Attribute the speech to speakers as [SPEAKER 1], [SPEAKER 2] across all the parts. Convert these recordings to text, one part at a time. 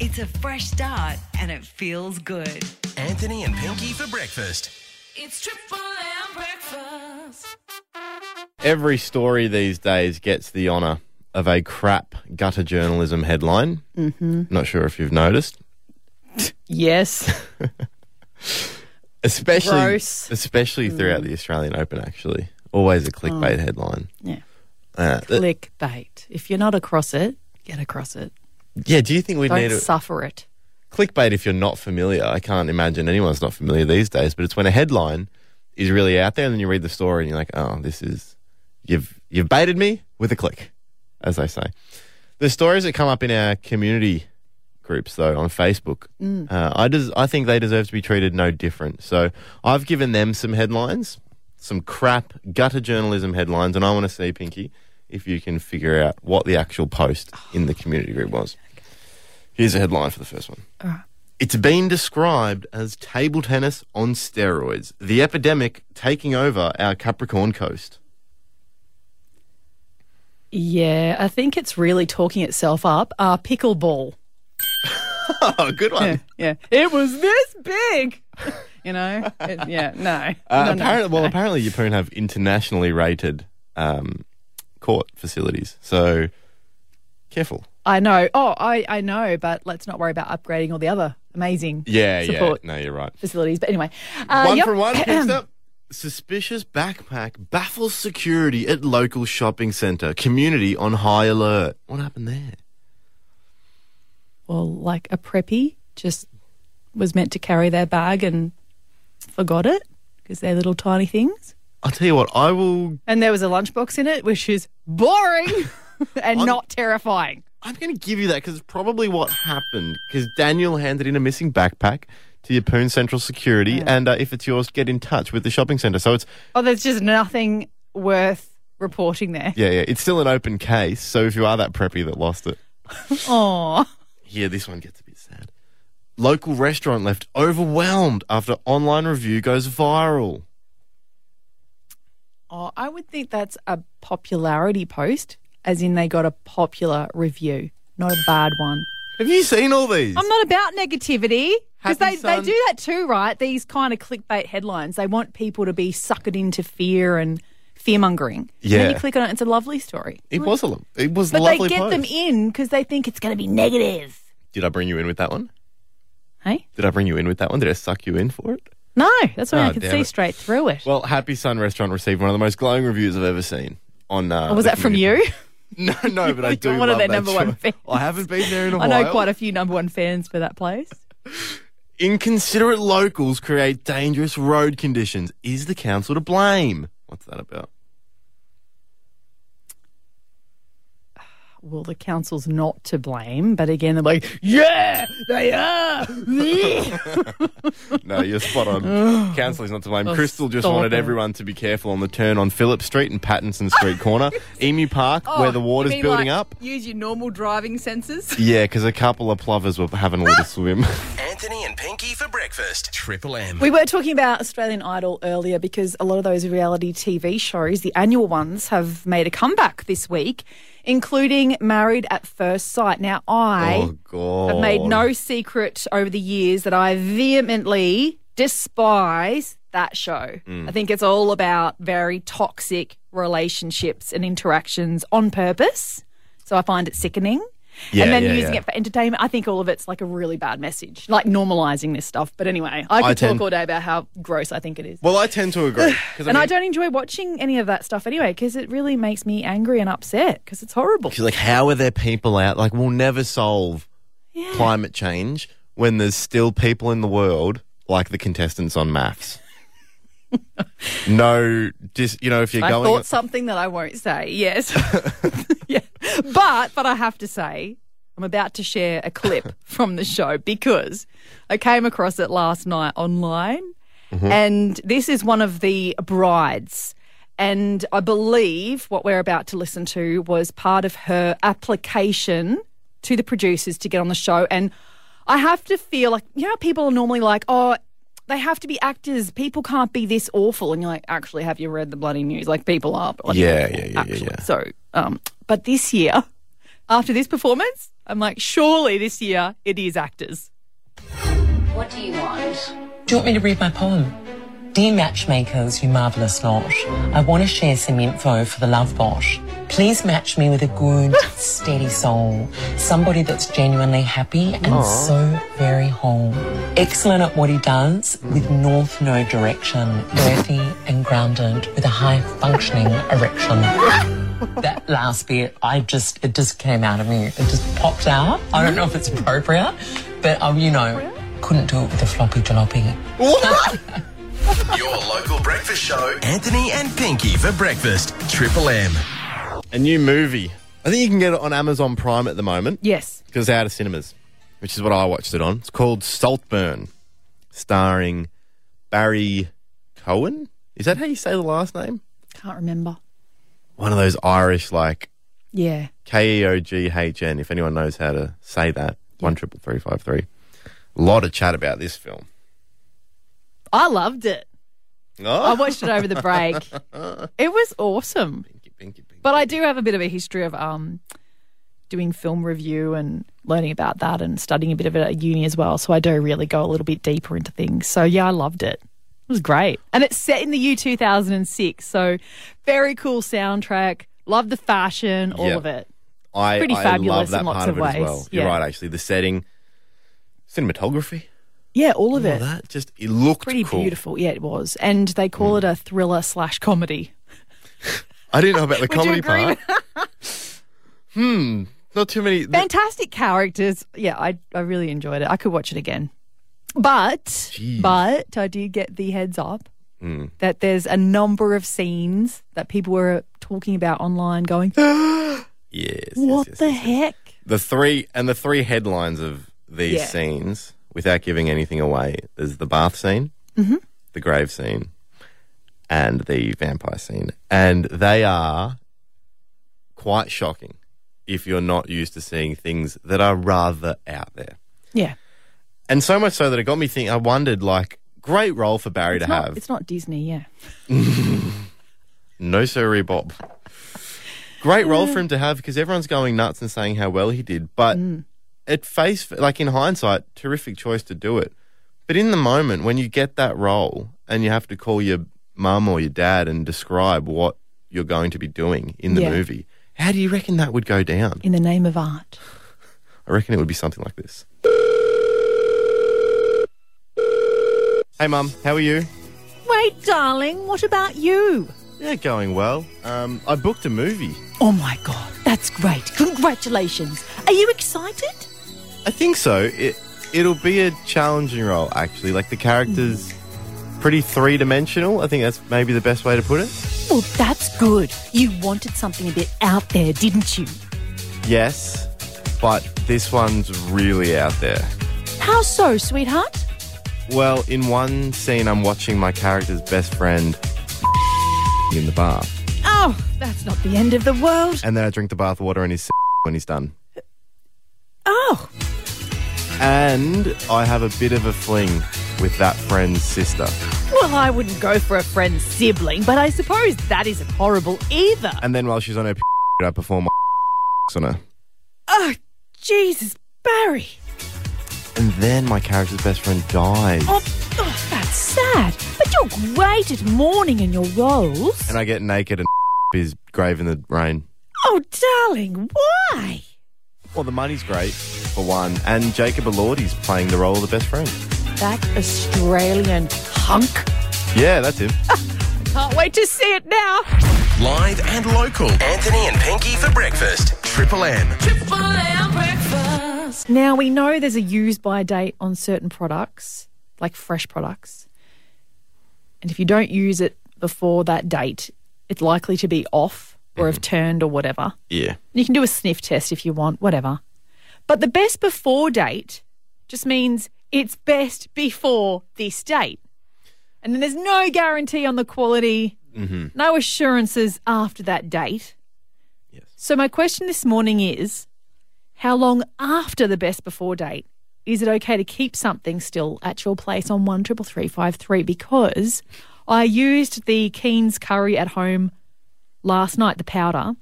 [SPEAKER 1] It's a fresh start and it feels good.
[SPEAKER 2] Anthony and Pinky for breakfast.
[SPEAKER 3] It's Triple M breakfast.
[SPEAKER 4] Every story these days gets the honour of a crap gutter journalism headline. Mm-hmm. Not sure if you've noticed,
[SPEAKER 5] Yes.
[SPEAKER 4] especially
[SPEAKER 5] Gross. Mm.
[SPEAKER 4] especially throughout the Australian Open. Actually, always a
[SPEAKER 5] Oh.
[SPEAKER 4] clickbait headline.
[SPEAKER 5] Yeah.
[SPEAKER 4] Uh, th-
[SPEAKER 5] Clickbait. If you're not across it, get across it.
[SPEAKER 4] yeah. Do you think we
[SPEAKER 5] Don't
[SPEAKER 4] need a
[SPEAKER 5] suffer it.
[SPEAKER 4] clickbait? If you're not familiar, I can't imagine anyone's not familiar these days. But it's when a headline is really out there, and then you read the story, and you're like, "Oh, this is you've you've baited me with a click," as they say. The stories that come up in our community groups though on Facebook. Uh, I des- I think they deserve to be treated no different. So I've given them some headlines, some crap gutter journalism headlines, and I want to see Pinky if you can figure out what the actual post in the community group was. Here's a headline for the first one. It's been described as table tennis on steroids, the epidemic taking over our Capricorn coast.
[SPEAKER 5] Yeah, I think it's really talking itself up. Uh, pickleball.
[SPEAKER 4] Oh, good one.
[SPEAKER 5] yeah. It was this big. you know? It- yeah, no.
[SPEAKER 4] Uh,
[SPEAKER 5] No, no.
[SPEAKER 4] apparently, well, apparently, Yeppoon have internationally rated um, court facilities, so careful.
[SPEAKER 5] I know. Oh, I, I know, but let's not worry about upgrading all the other amazing
[SPEAKER 4] Yeah,
[SPEAKER 5] Support.
[SPEAKER 4] yeah. No, you're right.
[SPEAKER 5] facilities. But anyway. Uh,
[SPEAKER 4] one
[SPEAKER 5] yep.
[SPEAKER 4] for one. Next up, suspicious backpack baffles security at local shopping centre. Community on high alert. What happened there?
[SPEAKER 5] Well, like a preppy just was meant to carry their bag and forgot it because they're little tiny things.
[SPEAKER 4] I'll tell you what. I will.
[SPEAKER 5] And there was a lunchbox in it, which is boring and
[SPEAKER 4] I'm-
[SPEAKER 5] not terrifying.
[SPEAKER 4] I'm going to give you that because it's probably what happened. Because Daniel handed in a missing backpack to Yeppoon Central Security, and uh, if it's yours, get in touch with the shopping centre. So it's
[SPEAKER 5] Oh, there's just nothing worth reporting there.
[SPEAKER 4] Yeah, yeah. It's still an open case. So if you are that preppy that lost it,
[SPEAKER 5] Oh,
[SPEAKER 4] yeah, this one gets a bit sad. Local restaurant left overwhelmed after online review goes viral.
[SPEAKER 5] oh, I would think that's a popularity post, as in they got a popular review, not a bad one.
[SPEAKER 4] Have you seen all these?
[SPEAKER 5] I'm not about negativity because
[SPEAKER 4] Happy
[SPEAKER 5] they, they
[SPEAKER 4] son.
[SPEAKER 5] do that too, right? These kind of clickbait headlines. They want people to be suckered into fear and fear mongering. And
[SPEAKER 4] Yeah.
[SPEAKER 5] then you click on it, it's a lovely story.
[SPEAKER 4] it was a lo- it was
[SPEAKER 5] But
[SPEAKER 4] lovely
[SPEAKER 5] they get
[SPEAKER 4] post.
[SPEAKER 5] them in because they think it's going to be negative.
[SPEAKER 4] Did I bring you in with that one?
[SPEAKER 5] Hey?
[SPEAKER 4] Did I bring you in with that one? Did I suck you in for it?
[SPEAKER 5] No, that's when
[SPEAKER 4] Oh,
[SPEAKER 5] I could
[SPEAKER 4] damn
[SPEAKER 5] see
[SPEAKER 4] it.
[SPEAKER 5] straight through it.
[SPEAKER 4] Well, Happy Sun Restaurant received one of the most glowing reviews I've ever seen. On uh,
[SPEAKER 5] Or Oh, was
[SPEAKER 4] the
[SPEAKER 5] that from
[SPEAKER 4] community-
[SPEAKER 5] you?
[SPEAKER 4] No, no, but I do.
[SPEAKER 5] One of
[SPEAKER 4] love
[SPEAKER 5] their
[SPEAKER 4] that
[SPEAKER 5] number one
[SPEAKER 4] choice.
[SPEAKER 5] fans.
[SPEAKER 4] I haven't been there in a
[SPEAKER 5] I
[SPEAKER 4] while.
[SPEAKER 5] know quite a few number one fans for that place.
[SPEAKER 4] Inconsiderate locals create dangerous road conditions. Is the council to blame? What's that about?
[SPEAKER 5] Well, the council's not to blame, but again, they're like, yeah, they are.
[SPEAKER 4] No, you're spot on. Council is not to blame. Crystal just
[SPEAKER 5] Oh, stop
[SPEAKER 4] wanted
[SPEAKER 5] it.
[SPEAKER 4] everyone to be careful on the turn on Phillip Street and Pattinson Street corner, Emu Park,
[SPEAKER 5] Oh,
[SPEAKER 4] where the water's building up.
[SPEAKER 5] Use your normal driving senses.
[SPEAKER 4] Yeah, because a couple of plovers were having a little swim.
[SPEAKER 2] Anthony and Pinky for breakfast. Triple M.
[SPEAKER 5] We were talking about Australian Idol earlier because a lot of those reality TV shows, the annual ones, have made a comeback this week, including Married at First Sight. Now, I
[SPEAKER 4] oh god!
[SPEAKER 5] have made no secret over the years that I vehemently despise that show.
[SPEAKER 4] Mm.
[SPEAKER 5] I think it's all about very toxic relationships and interactions on purpose. So I find it sickening.
[SPEAKER 4] Yeah,
[SPEAKER 5] and then
[SPEAKER 4] yeah,
[SPEAKER 5] using
[SPEAKER 4] yeah.
[SPEAKER 5] it for entertainment, I think all of it's like a really bad message, like normalizing this stuff. But anyway, I could talk
[SPEAKER 4] tend-
[SPEAKER 5] all day about how gross I think it is.
[SPEAKER 4] Well, I tend to agree. 'cause
[SPEAKER 5] and
[SPEAKER 4] mean-
[SPEAKER 5] I don't enjoy watching any of that stuff anyway, because it really makes me angry and upset because it's horrible.
[SPEAKER 4] She's like, how are there people out? Like, we'll never solve climate change when there's still people in the world like the contestants on maths. no, just you know, if you're
[SPEAKER 5] I
[SPEAKER 4] going,
[SPEAKER 5] thought something that I won't say. Yes. yeah. But but I have to say I'm about to share a clip from the show because I came across it last night online
[SPEAKER 4] Mm-hmm.
[SPEAKER 5] and this is one of the brides and I believe what we're about to listen to was part of her application to the producers to get on the show and I have to feel like you know how people are normally like oh they have to be actors. People can't be this awful. And you're like, actually, have you read the bloody news? Like, people are bloody
[SPEAKER 4] Yeah,
[SPEAKER 5] awful,
[SPEAKER 4] yeah, yeah, yeah,
[SPEAKER 5] actually.
[SPEAKER 4] yeah.
[SPEAKER 5] So, um, but this year, after this performance, I'm like, surely this year it is actors.
[SPEAKER 6] What do you want?
[SPEAKER 7] Do you want me to read my poem? Dear matchmakers, you marvellous lot, I want to share some info for the love bot. Please match me with a good, steady soul, somebody that's genuinely happy and so very whole. Excellent at what he does, with north no direction, earthy and grounded, with a high functioning erection. That last bit, I just, it just came out of me. It just popped out. I don't know if it's appropriate, but, um, you know, couldn't do it with a floppy jalopy.
[SPEAKER 2] Your local breakfast show. Anthony and Pinky for breakfast. Triple M.
[SPEAKER 4] A new movie. I think you can get it on Amazon Prime at the moment.
[SPEAKER 5] Yes.
[SPEAKER 4] because it's out of cinemas, which is what I watched it on. It's called Saltburn, starring Barry Cohen. Is that how you say the last name?
[SPEAKER 5] Can't remember.
[SPEAKER 4] One of those Irish, like
[SPEAKER 5] Yeah.
[SPEAKER 4] K E O G H N. If anyone knows how to say that, one triple three five three. A lot of chat about this film.
[SPEAKER 5] I loved it. I
[SPEAKER 4] Oh,
[SPEAKER 5] watched it over the break. It was awesome.
[SPEAKER 4] pinky, pinky, pinky.
[SPEAKER 5] But I do have a bit of a history of um, doing film review and learning about that and studying a bit of it at uni as well. So I do really go a little bit deeper into things. So yeah, I loved it. It was great. And it's set in the year 2006. So very cool soundtrack. Love the fashion, all
[SPEAKER 4] Yeah.
[SPEAKER 5] of it.
[SPEAKER 4] I,
[SPEAKER 5] pretty
[SPEAKER 4] I
[SPEAKER 5] fabulous
[SPEAKER 4] love that
[SPEAKER 5] in lots
[SPEAKER 4] part
[SPEAKER 5] of
[SPEAKER 4] of it as
[SPEAKER 5] ways.
[SPEAKER 4] well. You're
[SPEAKER 5] Yeah.
[SPEAKER 4] right, actually. The setting, cinematography,
[SPEAKER 5] Yeah, all of
[SPEAKER 4] all
[SPEAKER 5] it.
[SPEAKER 4] that just it looked
[SPEAKER 5] Pretty
[SPEAKER 4] cool. Mm.
[SPEAKER 5] beautiful. Yeah, it was. And they call it a thriller slash comedy.
[SPEAKER 4] I didn't know about the
[SPEAKER 5] you
[SPEAKER 4] comedy
[SPEAKER 5] agree
[SPEAKER 4] part. hmm, not too many.
[SPEAKER 5] Fantastic characters. Yeah, I, I really enjoyed it. I could watch it again. But but I do get the heads up
[SPEAKER 4] Mm.
[SPEAKER 5] that there's a number of scenes that people were talking about online going,
[SPEAKER 4] Yes. yes,
[SPEAKER 5] What
[SPEAKER 4] yes,
[SPEAKER 5] the
[SPEAKER 4] yes.
[SPEAKER 5] heck?
[SPEAKER 4] The three and the three headlines of these
[SPEAKER 5] Yeah.
[SPEAKER 4] scenes, without giving anything away, is the bath scene,
[SPEAKER 5] Mm-hmm.
[SPEAKER 4] the grave scene, and the vampire scene, and they are quite shocking if you're not used to seeing things that are rather out there.
[SPEAKER 5] Yeah.
[SPEAKER 4] And so much so that it got me thinking. I wondered, like, great role for Barry
[SPEAKER 5] It's
[SPEAKER 4] to
[SPEAKER 5] not,
[SPEAKER 4] have.
[SPEAKER 5] it's not Disney, yeah.
[SPEAKER 4] No siree, Bob. Great role for him to have because everyone's going nuts and saying how well he did. But at face, like in hindsight, terrific choice to do it. But in the moment, when you get that role and you have to call your mum or your dad and describe what you're going to be doing in the
[SPEAKER 5] Yeah.
[SPEAKER 4] movie, how do you reckon that would go down?
[SPEAKER 5] In the name of art.
[SPEAKER 4] I reckon it would be something like this. Hey, mum, how are you?
[SPEAKER 5] Wait, darling, what about you?
[SPEAKER 4] Yeah, going well. Um, I booked a movie.
[SPEAKER 5] Oh my God, that's great. Congratulations. Are you excited?
[SPEAKER 4] I think so. It it'll be a challenging role actually. Like the characters pretty three dimensional. I think that's maybe the best way to put it.
[SPEAKER 5] Well, that's good. You wanted something a bit out there, didn't you?
[SPEAKER 4] Yes, but this one's really out there.
[SPEAKER 5] How so, sweetheart?
[SPEAKER 4] Well, in one scene, I'm watching my character's best friend in the bath,
[SPEAKER 5] Oh, that's not the end of the world.
[SPEAKER 4] and then I drink the bath water and he's when he's done.
[SPEAKER 5] Oh,
[SPEAKER 4] And I have a bit of a fling with that friend's sister,
[SPEAKER 5] well, I wouldn't go for a friend's sibling, but I suppose that isn't horrible either.
[SPEAKER 4] and then while she's on her, p- I perform my on her.
[SPEAKER 5] Oh, Jesus, Barry.
[SPEAKER 4] And then my character's best friend dies.
[SPEAKER 5] Oh, oh, that's sad. But you're great at mourning in your roles.
[SPEAKER 4] and I get naked and is grave in the rain.
[SPEAKER 5] Oh, darling, why?
[SPEAKER 4] Well, the money's great for one, and Jacob Elordi's playing the role of the best friend.
[SPEAKER 5] That Australian hunk.
[SPEAKER 4] Yeah, that's him.
[SPEAKER 5] Can't wait to see it now.
[SPEAKER 2] Live and local. Anthony and Pinky for breakfast. Triple M.
[SPEAKER 3] Triple M breakfast.
[SPEAKER 5] Now we know there's a use by date on certain products, like fresh products. And if you don't use it before that date, it's likely to be off or have turned or whatever. And
[SPEAKER 4] Yeah.
[SPEAKER 5] you can do a sniff test if you want, whatever. But the best before date just means it's best before this date. And then there's no guarantee on the quality,
[SPEAKER 4] Mm-hmm.
[SPEAKER 5] no assurances after that date.
[SPEAKER 4] Yes.
[SPEAKER 5] So my question this morning is how long after the best before date is it okay to keep something still at your place on one triple three five three? Because I used the Keen's curry at home last night, the powder,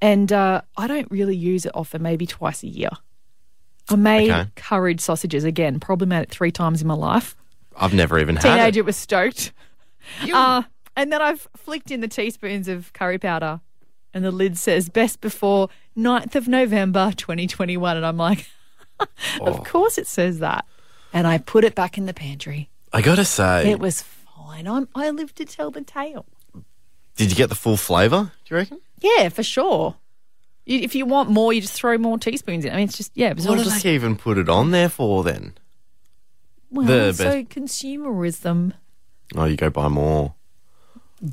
[SPEAKER 5] And uh, I don't really use it often, maybe twice a year. I made
[SPEAKER 4] Okay.
[SPEAKER 5] curried sausages again, probably made it three times in my life.
[SPEAKER 4] I've never even had
[SPEAKER 5] Teenager
[SPEAKER 4] it.
[SPEAKER 5] was stoked. Uh, and then I've flicked in the teaspoons of curry powder, and the lid says best before 9th of November 2021. And I'm like, of course it says that. And I put it back in the pantry.
[SPEAKER 4] I gotta say,
[SPEAKER 5] It was fine. I'm, I live to tell the tale.
[SPEAKER 4] did you get the full flavour? Do you reckon?
[SPEAKER 5] Yeah, for sure. You, if you want more, you just throw more teaspoons in. I mean, it's just, yeah, it was all
[SPEAKER 4] What did
[SPEAKER 5] just,
[SPEAKER 4] they even put it on there for then?
[SPEAKER 5] well,
[SPEAKER 4] the
[SPEAKER 5] so consumerism,
[SPEAKER 4] Oh, you go buy more.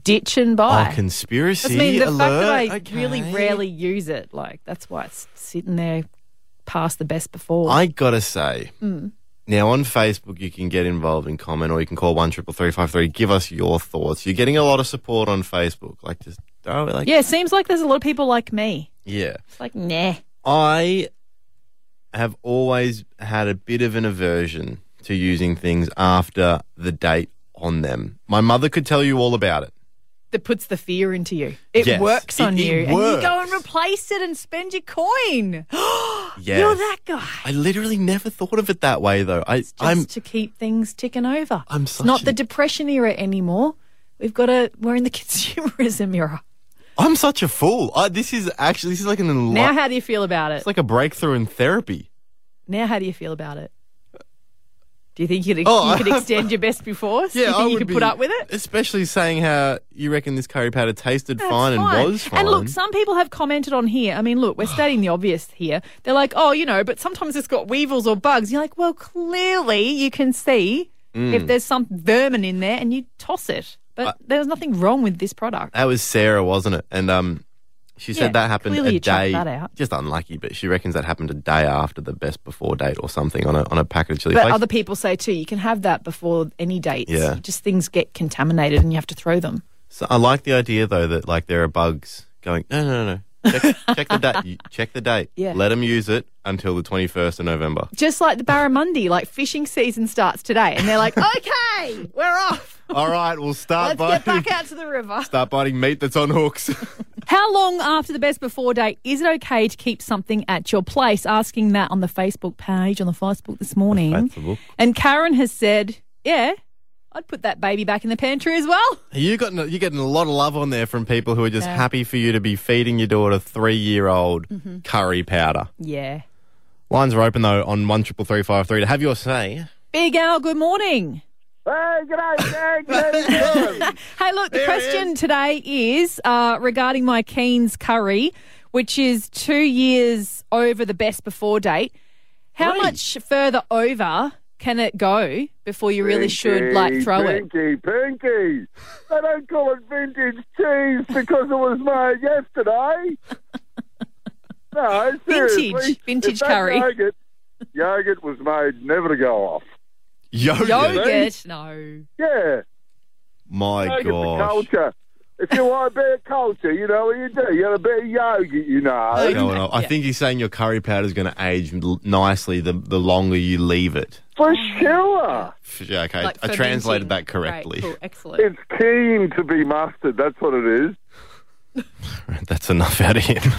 [SPEAKER 5] ditch and
[SPEAKER 4] Oh,
[SPEAKER 5] buy. I
[SPEAKER 4] conspiracy
[SPEAKER 5] mean, the
[SPEAKER 4] alert.
[SPEAKER 5] fact that I really
[SPEAKER 4] Okay.
[SPEAKER 5] rarely use it, like that's why it's sitting there past the best before.
[SPEAKER 4] I gotta say,
[SPEAKER 5] Mm.
[SPEAKER 4] now on Facebook you can get involved and comment, or you can call one triple three five three. Give us your thoughts. You're getting a lot of support on Facebook. Like just oh, like
[SPEAKER 5] yeah, it seems like there's a lot of people like me.
[SPEAKER 4] yeah.
[SPEAKER 5] It's like, nah.
[SPEAKER 4] I have always had a bit of an aversion to using things after the date on them. My mother could tell you all about it.
[SPEAKER 5] That puts the fear into you. It
[SPEAKER 4] Yes,
[SPEAKER 5] works
[SPEAKER 4] it-
[SPEAKER 5] on
[SPEAKER 4] it
[SPEAKER 5] you. And you go and
[SPEAKER 4] works.
[SPEAKER 5] replace it and spend your coin.
[SPEAKER 4] Yes.
[SPEAKER 5] You're that guy.
[SPEAKER 4] I literally never thought of it that way though. I,
[SPEAKER 5] Just
[SPEAKER 4] I'm
[SPEAKER 5] to keep things ticking over.
[SPEAKER 4] I'm
[SPEAKER 5] it's
[SPEAKER 4] such
[SPEAKER 5] not
[SPEAKER 4] a-
[SPEAKER 5] the depression era anymore. We've got a we're in the consumerism era.
[SPEAKER 4] I'm such a fool. I, this is actually this is like an enli-
[SPEAKER 5] Now how do you feel about it?
[SPEAKER 4] it's like a breakthrough in therapy.
[SPEAKER 5] Now, how do you feel about it? Do you think you could,
[SPEAKER 4] Oh,
[SPEAKER 5] you could
[SPEAKER 4] I-
[SPEAKER 5] extend your best before? Do you
[SPEAKER 4] I
[SPEAKER 5] think you
[SPEAKER 4] would
[SPEAKER 5] could
[SPEAKER 4] be-
[SPEAKER 5] put up with it?
[SPEAKER 4] Especially saying how you reckon this curry powder tasted
[SPEAKER 5] That's
[SPEAKER 4] fine, and was fine.
[SPEAKER 5] And look, some people have commented on here. I mean, look, we're stating the obvious here. They're like, oh, you know, but sometimes it's got weevils or bugs. You're like, well, clearly you can see
[SPEAKER 4] Mm.
[SPEAKER 5] if there's some vermin in there and you toss it. But there's nothing wrong with this product.
[SPEAKER 4] that was Sarah, wasn't it? And um, she
[SPEAKER 5] Yeah,
[SPEAKER 4] said that happened
[SPEAKER 5] clearly
[SPEAKER 4] a
[SPEAKER 5] you chucked
[SPEAKER 4] day.
[SPEAKER 5] that out.
[SPEAKER 4] Just unlucky, but she reckons that happened a day after the best before date or something on a on a packet of chili
[SPEAKER 5] But
[SPEAKER 4] flakes.
[SPEAKER 5] other people say too, you can have that before any dates.
[SPEAKER 4] Yeah.
[SPEAKER 5] You Just things get contaminated and you have to throw them.
[SPEAKER 4] so I like the idea though that like there are bugs going. No, no, no. no. Check, check the date. You- Check the date.
[SPEAKER 5] Yeah.
[SPEAKER 4] Let them use it until the twenty first of November.
[SPEAKER 5] just like the barramundi, like fishing season starts today, and they're like, okay, we're off.
[SPEAKER 4] All right, we'll start
[SPEAKER 5] Let's get
[SPEAKER 4] biting.
[SPEAKER 5] back out to the river.
[SPEAKER 4] Start biting meat that's on hooks.
[SPEAKER 5] How long after the best before date is it okay to keep something at your place? Asking that on the Facebook page, on the Facebook this morning.
[SPEAKER 4] Facebook.
[SPEAKER 5] And Karen has said, yeah, I'd put that baby back in the pantry as well.
[SPEAKER 4] You got you're getting a lot of love on there from people who are just happy for you to be feeding your daughter three year old
[SPEAKER 5] Mm-hmm.
[SPEAKER 4] curry powder.
[SPEAKER 5] Yeah.
[SPEAKER 4] Lines are open though on one triple three five three to have your say.
[SPEAKER 5] Big Al, good morning.
[SPEAKER 8] Hey, g'day, Jack. How you doing?
[SPEAKER 5] Hey, look, the
[SPEAKER 4] There it
[SPEAKER 5] question today is uh, regarding my Keen's curry, which is two years over the best before date. How much further over can it go before you really should like
[SPEAKER 8] Pinky,
[SPEAKER 5] throw it?
[SPEAKER 8] Pinky, Pinky. They don't call it vintage cheese because it was made yesterday. No, seriously.
[SPEAKER 5] Vintage- vintage
[SPEAKER 8] If that
[SPEAKER 5] curry.
[SPEAKER 8] Yogurt, yogurt was made never to go off.
[SPEAKER 4] Yogurt.
[SPEAKER 5] Yogurt? No.
[SPEAKER 8] Yeah,
[SPEAKER 4] My
[SPEAKER 8] yogurt's a
[SPEAKER 4] gosh.
[SPEAKER 8] culture. If you want a bit of culture, you know what you do. You got a bit of yogurt, you
[SPEAKER 5] Oh,
[SPEAKER 8] know.
[SPEAKER 4] Going on. I think he's saying your curry powder is going to age l- nicely the, the longer you leave it.
[SPEAKER 8] For sure.
[SPEAKER 4] F- yeah, Okay,
[SPEAKER 5] Like
[SPEAKER 4] I translated that
[SPEAKER 5] fermenting.
[SPEAKER 4] correctly.
[SPEAKER 5] Great, cool, excellent.
[SPEAKER 8] It's keen to be mastered. That's what it is.
[SPEAKER 4] That's enough out of him.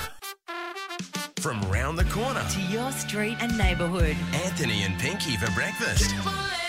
[SPEAKER 2] From round the corner,
[SPEAKER 1] To your street and neighborhood.
[SPEAKER 2] Anthony and Pinky for breakfast.
[SPEAKER 3] Triple